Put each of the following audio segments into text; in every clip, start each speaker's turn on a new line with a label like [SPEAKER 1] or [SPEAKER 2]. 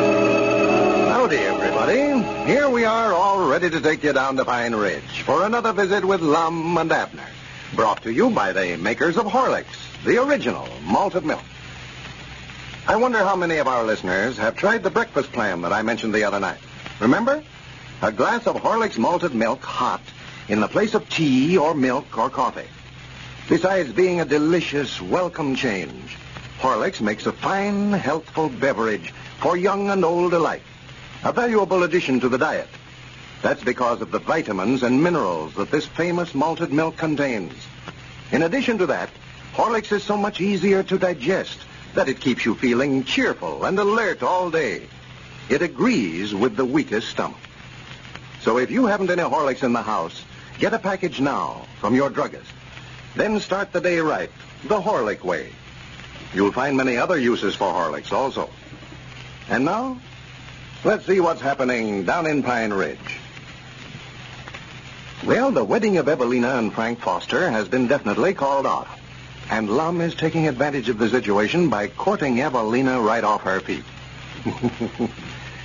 [SPEAKER 1] Howdy, everybody. Here we are all ready to take you down to Pine Ridge for another visit with Lum and Abner. Brought to you by the makers of Horlicks, the original malted milk. I wonder how many of our listeners have tried the breakfast plan that I mentioned the other night. Remember? A glass of Horlicks malted milk hot in the place of tea or milk or coffee. Besides being a delicious, welcome change, Horlicks makes a fine, healthful beverage for young and old alike. A valuable addition to the diet. That's because of the vitamins and minerals that this famous malted milk contains. In addition to that, Horlicks is so much easier to digest that it keeps you feeling cheerful and alert all day. It agrees with the weakest stomach. So if you haven't any Horlicks in the house, get a package now from your druggist. Then start the day right, the Horlick way. You'll find many other uses for Horlicks also. And now, let's see what's happening down in Pine Ridge. Well, the wedding of Evelina and Frank Foster has been definitely called off. And Lum is taking advantage of the situation by courting Evelina right off her feet.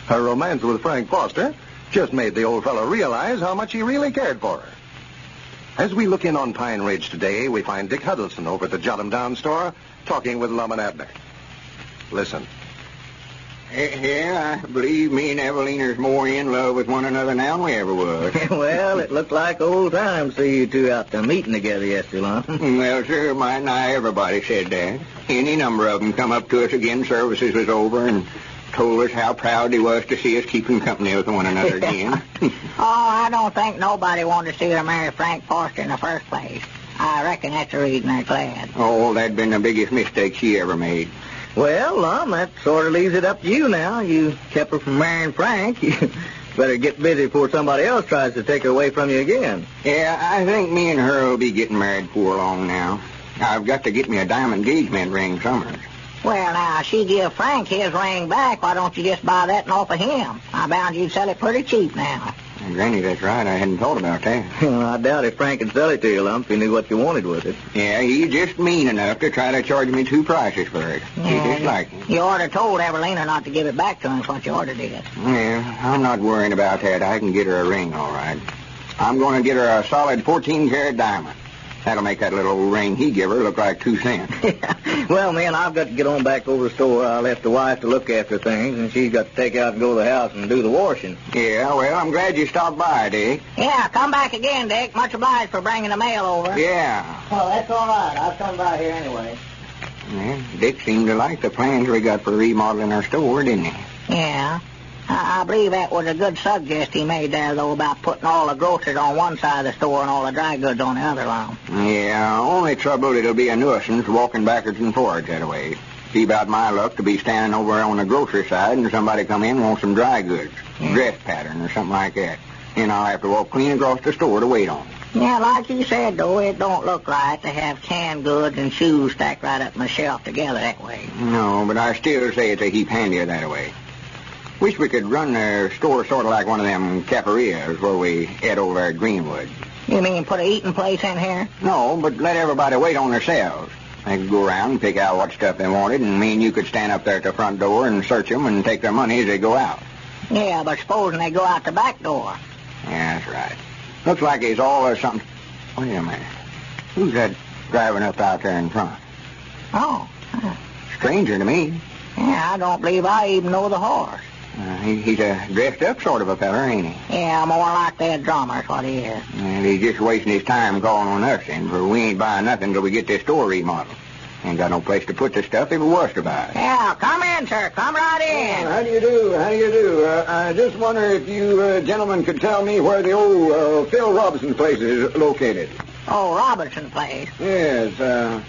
[SPEAKER 1] her romance with Frank Foster just made the old fellow realize how much he really cared for her. As we look in on Pine Ridge today, we find Dick Huddleston over at the Jot 'em Down store talking with Lum and Abner. Listen.
[SPEAKER 2] Yeah, I believe me and Evelina is more in love with one another now than we ever was.
[SPEAKER 3] well, it looked like old times to you two out there meeting together yesterday, Lon.
[SPEAKER 2] well, sure, might not everybody said that. Any number of 'em come up to us again services was over and told us how proud they was to see us keeping company with one another again.
[SPEAKER 4] Oh, I don't think nobody wanted to see her marry Frank Foster in the first place. I reckon that's the reason they're glad.
[SPEAKER 2] oh, that'd been the biggest mistake she ever made.
[SPEAKER 3] Well, Lon, that sort of leaves it up to you now. You kept her from marrying Frank. You better get busy before somebody else tries to take her away from you again.
[SPEAKER 2] Yeah, I think me and her will be getting married before long now. I've got to get me a diamond engagement ring somewhere.
[SPEAKER 4] Well, now, she give Frank his ring back. Why don't you just buy that and offer him? I bound you'd sell it pretty cheap now.
[SPEAKER 2] Granny, that's right. I hadn't thought about that.
[SPEAKER 3] I doubt if Frank could sell it to you, Lon, if he knew what you wanted with it.
[SPEAKER 2] Yeah, he's just mean enough to try to charge me two prices for it. He just like it.
[SPEAKER 4] You ought to told Evelina not to give it back to him. That's what you ought to did.
[SPEAKER 2] Yeah, I'm not worrying about that. I can get her a ring, all right. I'm going to get her a solid 14-carat diamond. That'll make that little old ring he give her look like two cents.
[SPEAKER 3] Well, man, I've got to get on back over to the store. I left the wife to look after things, and she's got to take out and go to the house and do the washing.
[SPEAKER 2] yeah, well, I'm glad you stopped by, Dick.
[SPEAKER 4] Yeah, come back again, Dick. Much obliged for bringing the mail over.
[SPEAKER 2] Yeah.
[SPEAKER 4] Well, that's all right. I'll come by here anyway.
[SPEAKER 2] yeah. Dick seemed to like the plans we got for remodeling our store, didn't he?
[SPEAKER 4] Yeah. I, I believe that was a good suggest he made there, though, about putting all the groceries on one side of the store and all the dry goods on the other line.
[SPEAKER 2] Yeah, only trouble it'll be a nuisance walking backwards and forwards that way. Be about my luck to be standing over on the grocery side and somebody come in and want some dry goods, dress pattern or something like that. And I'll have to walk clean across the store to wait on. it.
[SPEAKER 4] Yeah, like you said, though, it don't look right to have canned goods and shoes stacked right up on the shelf together that way.
[SPEAKER 2] No, but I still say it's a heap handier that way. Wish we could run the store sort of like one of them caferias where we ate over at Greenwood.
[SPEAKER 4] You mean put a eating place in here?
[SPEAKER 2] No, but let everybody wait on themselves. They could go around and pick out what stuff they wanted, and me and you could stand up there at the front door and search them and take their money as they go out.
[SPEAKER 4] Yeah, but supposing they go out the back door.
[SPEAKER 2] Yeah, that's right. Looks like he's all or something. Wait a minute. Who's that driving up out there in front?
[SPEAKER 4] Oh.
[SPEAKER 2] Stranger to me.
[SPEAKER 4] Yeah, I don't believe I even know the horse.
[SPEAKER 2] Uh, he, he's a dressed up sort of a feller, ain't he?
[SPEAKER 4] Yeah, more like that drummer's what he is.
[SPEAKER 2] And he's just wasting his time calling on us, and for we ain't buying nothing till we get this store remodeled. Ain't got no place to put the stuff if it was to buy.
[SPEAKER 4] Yeah, come in, sir. Come right in.
[SPEAKER 2] Oh, how do you do? How do you do? Uh, I just wonder if you uh, gentlemen could tell me where the old uh, Phil Robinson place is located.
[SPEAKER 4] Oh, Robinson place.
[SPEAKER 2] Yes, uh,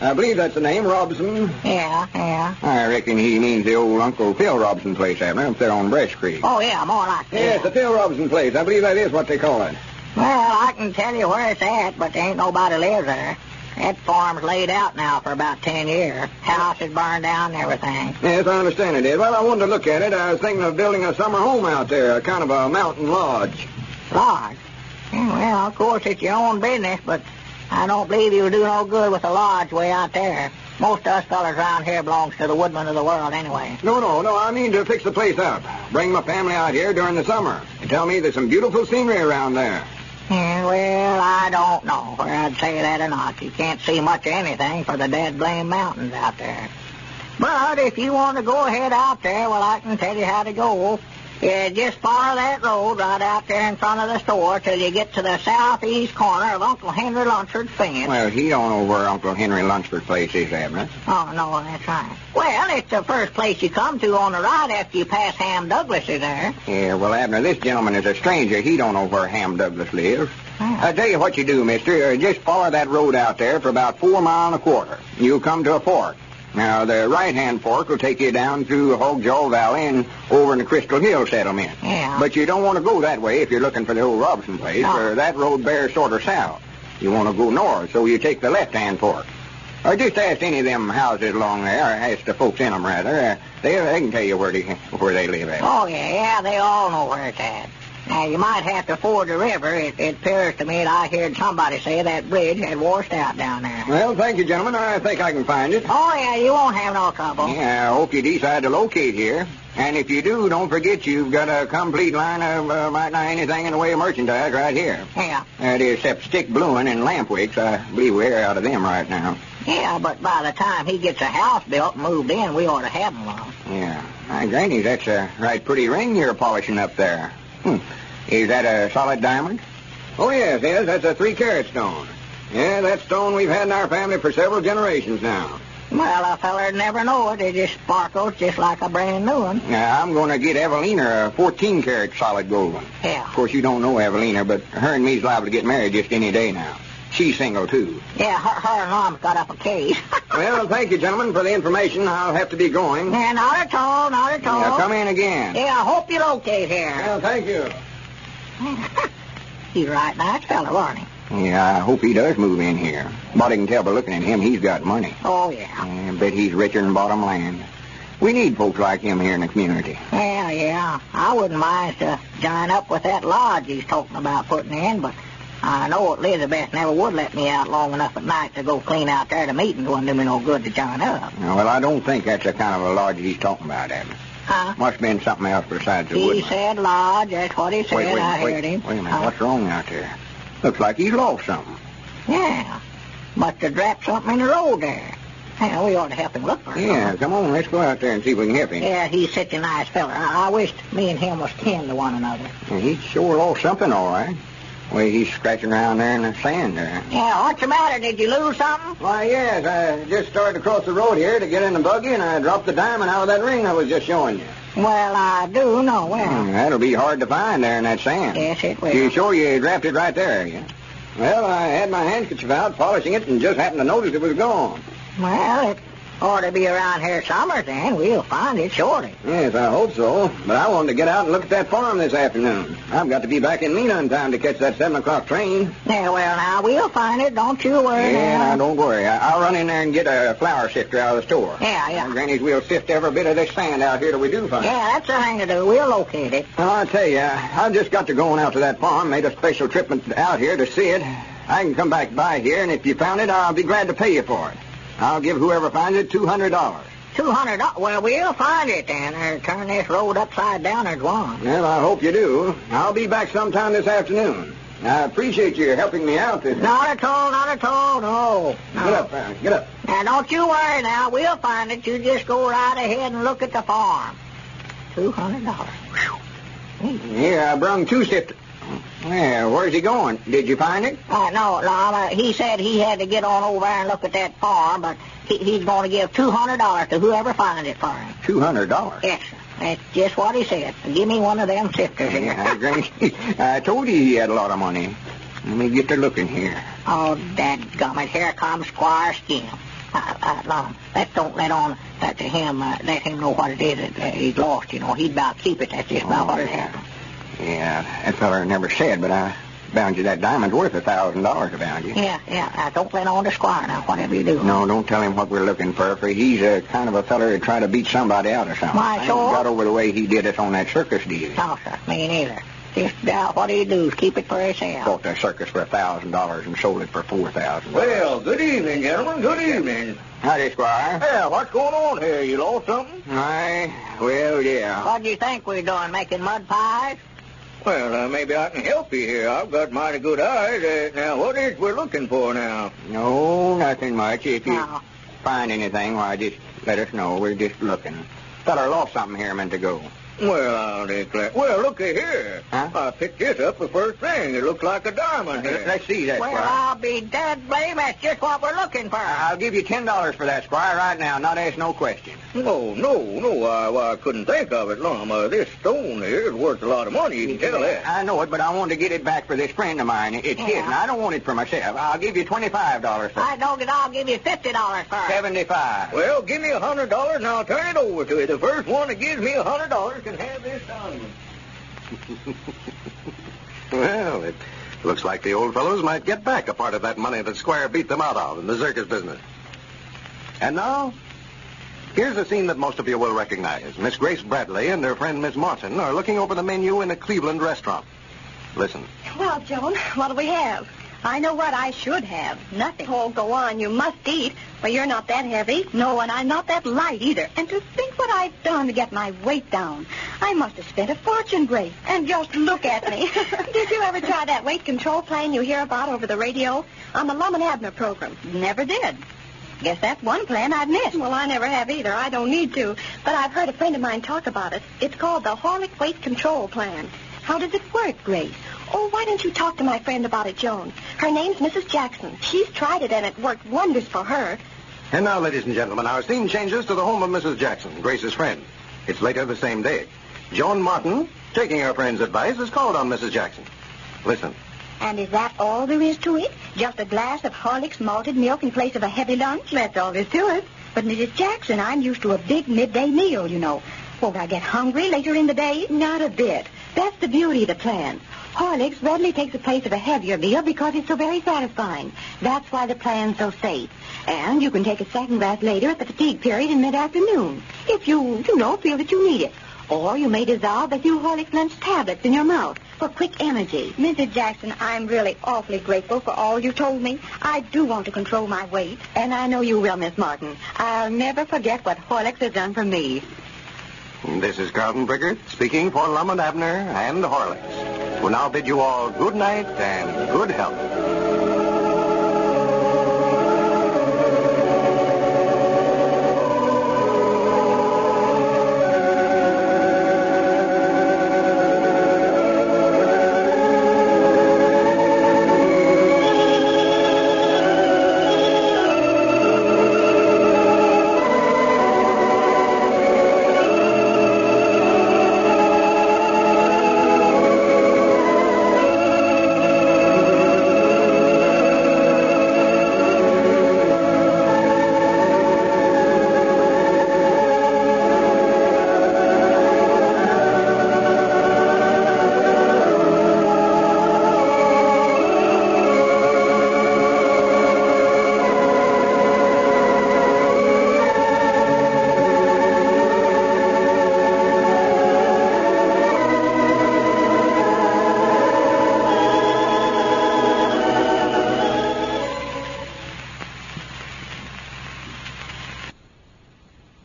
[SPEAKER 2] I believe that's the name, Robinson.
[SPEAKER 4] Yeah, yeah.
[SPEAKER 2] I reckon he means the old Uncle Phil Robinson place, haven't he? Up there on Breast Creek.
[SPEAKER 4] Oh, yeah, more like that.
[SPEAKER 2] Yes, the Phil Robinson place. I believe that is what they call it.
[SPEAKER 4] Well, I can tell you where it's at, but there ain't nobody lives there. That farm's laid out now for about ten years. House is burned down and everything.
[SPEAKER 2] Yes, I understand it is. Well, I wanted to look at it. I was thinking of building a summer home out there, a kind of a mountain lodge.
[SPEAKER 4] Lodge? Yeah, well, of course, it's your own business, but I don't believe you'll do no good with a lodge way out there. Most of us fellas around here belongs to the woodmen of the world anyway.
[SPEAKER 2] No, no, no. I mean to fix the place up. Bring my family out here during the summer. They tell me there's some beautiful scenery around there.
[SPEAKER 4] Yeah, Hmm, well, I don't know whether I'd say that or not. You can't see much of anything for the dead blame mountains out there. But if you want to go ahead out there, well, I can tell you how to go. Yeah, just follow that road right out there in front of the store till you get to the southeast corner of Uncle Henry Lunsford's fence.
[SPEAKER 2] Well, he don't know where Uncle Henry Lunsford place is, Abner.
[SPEAKER 4] Oh, no, that's right. Well, it's the first place you come to on the right after you pass Ham Douglas is there.
[SPEAKER 2] Yeah, well, Abner, this gentleman is a stranger. He don't know where Ham Douglas lives.
[SPEAKER 4] Yeah.
[SPEAKER 2] I tell you what you do, mister. Uh, Just follow that road out there for about four mile and a quarter. You'll come to a fork. Now, the right-hand fork will take you down through Hog Jaw Valley and over in the Crystal Hill settlement.
[SPEAKER 4] Yeah.
[SPEAKER 2] But you don't want to go that way if you're looking for the old Robinson place,
[SPEAKER 4] No.
[SPEAKER 2] for that road bears sort of south. You want to go north, so you take the left-hand fork. Or just ask any of them houses along there, or ask the folks in 'em rather. Uh, they, they can tell you where they, where they live at.
[SPEAKER 4] Oh, yeah, yeah, they all know where it's at. Now, you might have to ford the river. It, it appears to me that I heard somebody say that bridge had washed out down there.
[SPEAKER 2] Well, thank you, gentlemen. I think I can find it.
[SPEAKER 4] Oh, yeah, you won't have no trouble.
[SPEAKER 2] Yeah, I hope you decide to locate here. And if you do, don't forget you've got a complete line of uh, might not anything in the way of merchandise right here.
[SPEAKER 4] Yeah.
[SPEAKER 2] That is, except stick blueing and lamp wicks. I believe we're out of them right now.
[SPEAKER 4] Yeah, but by the time he gets a house built and moved in, we ought to have him one.
[SPEAKER 2] Yeah. My granny, that's a right pretty ring you're polishing up there. Hmm. Is that a solid diamond? Oh, yes, yes. That's a three-carat stone. Yeah, that stone we've had in our family for several generations now.
[SPEAKER 4] Well, a feller'd never know it. It just sparkles just like a brand new one.
[SPEAKER 2] Now, I'm going to get Evelina a 14 karat solid gold one.
[SPEAKER 4] Yeah.
[SPEAKER 2] Of course, you don't know Evelina, but her and me's liable to get married just any day now. She's single, too.
[SPEAKER 4] Yeah, her, her and Mom's got up a case.
[SPEAKER 2] well, thank you, gentlemen, for the information. I'll have to be going.
[SPEAKER 4] yeah, not at all, not at all.
[SPEAKER 2] Now, come in again.
[SPEAKER 4] Yeah, I hope you locate here.
[SPEAKER 2] Well, thank you.
[SPEAKER 4] He's right nice fella, wasn't he?
[SPEAKER 2] Yeah, I hope he does move in here. But I can tell by looking at him, he's got money.
[SPEAKER 4] Oh, yeah.
[SPEAKER 2] I bet he's richer than bottom land. We need folks like him here in the community.
[SPEAKER 4] Yeah, yeah. I wouldn't mind to join up with that lodge he's talking about putting in, but I know Elizabeth never would let me out long enough at night to go clean out there to meetings. Wouldn't do me no good to join up.
[SPEAKER 2] Now, Well, I don't think that's the kind of a lodge he's talking about, Abner.
[SPEAKER 4] Huh?
[SPEAKER 2] Must have been something else besides the
[SPEAKER 4] He
[SPEAKER 2] woodman.
[SPEAKER 4] said lodge. That's what he said.
[SPEAKER 2] wait, wait,
[SPEAKER 4] I
[SPEAKER 2] wait,
[SPEAKER 4] heard him. Oh. Uh-huh.
[SPEAKER 2] Wait a minute.
[SPEAKER 4] Huh?
[SPEAKER 2] What's wrong out there? Looks like he's lost something.
[SPEAKER 4] Yeah. Must have dropped something in the road there. Yeah, we ought to help him look for it.
[SPEAKER 2] Yeah, come on. Let's go out there and see if we can help him.
[SPEAKER 4] Uh-huh. Yeah, he's such a nice fella. I, I wished me and him was kin to one another.
[SPEAKER 2] And He sure lost something, all right. Way he's scratching around there in the sand there.
[SPEAKER 4] Yeah, what's the matter? Did you lose something?
[SPEAKER 2] Why, yes. I just started across the road here to get in the buggy, and I dropped the diamond out of that ring I was just showing you.
[SPEAKER 4] Well, I do know. Well,
[SPEAKER 2] Hmm, that'll be hard to find there in that sand.
[SPEAKER 4] Yes, it will.
[SPEAKER 2] You sure you dropped it right there, yeah? Well, I had my handkerchief out polishing it and just happened to notice it was gone.
[SPEAKER 4] well, it
[SPEAKER 5] Ought to be around here somewhere, then. We'll find it shortly.
[SPEAKER 2] Yes, I hope so. But I wanted to get out and look at that farm this afternoon. I've got to be back in Lena in time to catch that 7 o'clock train.
[SPEAKER 5] Yeah, well, now, we'll find it. Don't you worry.
[SPEAKER 2] Yeah,
[SPEAKER 5] now.
[SPEAKER 2] now, don't worry. I- I'll run in there and get a flour sifter out of the store.
[SPEAKER 5] Yeah, yeah.
[SPEAKER 2] Now, Granny's, we'll sift every bit of this sand out here till we do find it.
[SPEAKER 5] Yeah, that's the thing to do. We'll locate it.
[SPEAKER 2] Well, I Oh, tell you, I just got to going out to that farm, made a special trip out here to see it. I can come back by here, and if you found it, I'll be glad to pay you for it. I'll give whoever finds it $200.
[SPEAKER 5] Two hundred dollars. Well, we'll find it then. Or turn this road upside down or one.
[SPEAKER 2] Well, I hope you do. I'll be back sometime this afternoon. I appreciate you helping me out this...
[SPEAKER 5] Not at all, not at all, no.
[SPEAKER 4] Oh.
[SPEAKER 2] Get up, uh, get up.
[SPEAKER 5] Now, don't you worry now. We'll find it. You just go right ahead and look at the farm. Two hundred dollars.
[SPEAKER 2] Here, I brung two sifters. Well, where's he going? Did you find it?
[SPEAKER 5] Uh, no, no, uh, he said he had to get on over there and look at that farm, but he, he's going to give two hundred dollars to whoever finds it for him.
[SPEAKER 2] $200.
[SPEAKER 5] Yes, sir. That's just what he said. Give me one of them sifters here.
[SPEAKER 2] Yeah, Granny, I told you he had a lot of money. Let me get to looking here.
[SPEAKER 5] Oh, dadgummit, here comes Squire Skim. Uh, uh, no, that don't let on that to him, uh, let him know what it is that uh, he's lost, you know. He'd about keep it, that's just about what it happened.
[SPEAKER 2] Yeah, that feller never said, but I bound you that diamond's worth a thousand dollars I bound you.
[SPEAKER 5] Yeah, yeah, uh, don't let on to Squire now, whatever you do.
[SPEAKER 2] No, don't tell him what we're looking for, for he's a kind of a feller that try to beat somebody out or something.
[SPEAKER 5] Why,
[SPEAKER 2] I ain't
[SPEAKER 5] sure.
[SPEAKER 2] got over the way he did us on that circus deal.
[SPEAKER 5] No, sir, me neither. Just about what he do is keep it for himself.
[SPEAKER 2] Bought the circus for a thousand dollars and sold it for four thousand.
[SPEAKER 6] Well, good evening, gentlemen. Good evening.
[SPEAKER 2] howdy, Squire.
[SPEAKER 6] Yeah, what's going on here? You lost something?
[SPEAKER 2] Aye, well, yeah.
[SPEAKER 5] What do you think we're doing, making mud pies?
[SPEAKER 6] Well, uh, maybe I can help you here. I've got mighty good eyes. Uh, now, what is we're looking for now?
[SPEAKER 2] No, nothing much. If you
[SPEAKER 5] No.
[SPEAKER 2] find anything, why just let us know. We're just looking. Feller lost something here a minute ago.
[SPEAKER 6] Well, I'll declare. Well, look here.
[SPEAKER 2] Huh?
[SPEAKER 6] I picked this up the first thing. It looks like a diamond here.
[SPEAKER 2] Let's see that,
[SPEAKER 5] well,
[SPEAKER 2] Squire.
[SPEAKER 5] I'll be dead blame. That's just what we're looking for.
[SPEAKER 2] I'll give you ten dollars for that, Squire, right now. Not ask no questions.
[SPEAKER 6] No, no, no. I, why, I couldn't think of it, Lum. Uh, this stone here is worth a lot of money. You can tell that. Oh.
[SPEAKER 2] I know it, but I want to get it back for this friend of mine. It's his,
[SPEAKER 5] Yeah.
[SPEAKER 2] and I don't want it for myself. I'll give you twenty-five dollars for
[SPEAKER 5] I don't get. I'll give you fifty dollars for it.
[SPEAKER 2] seventy-five.
[SPEAKER 6] Well, give me a hundred dollars and I'll turn it over to you. The first one that gives me a hundred dollars can have this diamond.
[SPEAKER 7] Well, it looks like the old fellows might get back a part of that money that Squire beat them out of in the circus business. And now, here's a scene that most of you will recognize. Miss Grace Bradley and her friend Miss Martin are looking over the menu in a Cleveland restaurant. Listen.
[SPEAKER 4] Well, Joan, what do we have? I know what I should have. Nothing. Oh, go on. You must eat. Well, you're not that heavy. No, and I'm not that light either. And to think what I've done to get my weight down. I must have spent a fortune, Grace. And just look at me. Did you ever try that weight control plan you hear about over the radio on the Lum and Abner program? Never did. Guess that's one plan I've missed. Well, I never have either. I don't need to. But I've heard a friend of mine talk about it. It's called the Horlick Weight Control Plan. How does it work, Grace? Oh, why don't you talk to my friend about it, Joan? Her name's Mrs. Jackson. She's tried it, and it worked wonders for her.
[SPEAKER 7] And now, ladies and gentlemen, our scene changes to the home of Mrs. Jackson, Grace's friend. It's later the same day. Joan Martin, taking her friend's advice, has called on Mrs. Jackson. Listen.
[SPEAKER 4] And is that all there is to it? Just a glass of Horlick's malted milk in place of a heavy lunch? That's all there's to it. But, Mrs. Jackson, I'm used to a big midday meal, you know. Won't I get hungry later in the day? Not a bit. That's the beauty of the plan. Horlick's readily takes the place of a heavier meal because it's so very satisfying. That's why the plan's so safe. And you can take a second glass later at the fatigue period in mid-afternoon. If you, you know, feel that you need it. Or you may dissolve a few Horlick's lunch tablets in your mouth for quick energy. Mrs. Jackson, I'm really awfully grateful for all you told me. I do want to control my weight. And I know you will, Miss Martin. I'll never forget what Horlicks has done for me.
[SPEAKER 7] This is Carlton Bricker speaking for Lum and Abner and Horlicks, who now bid you all good night and good health.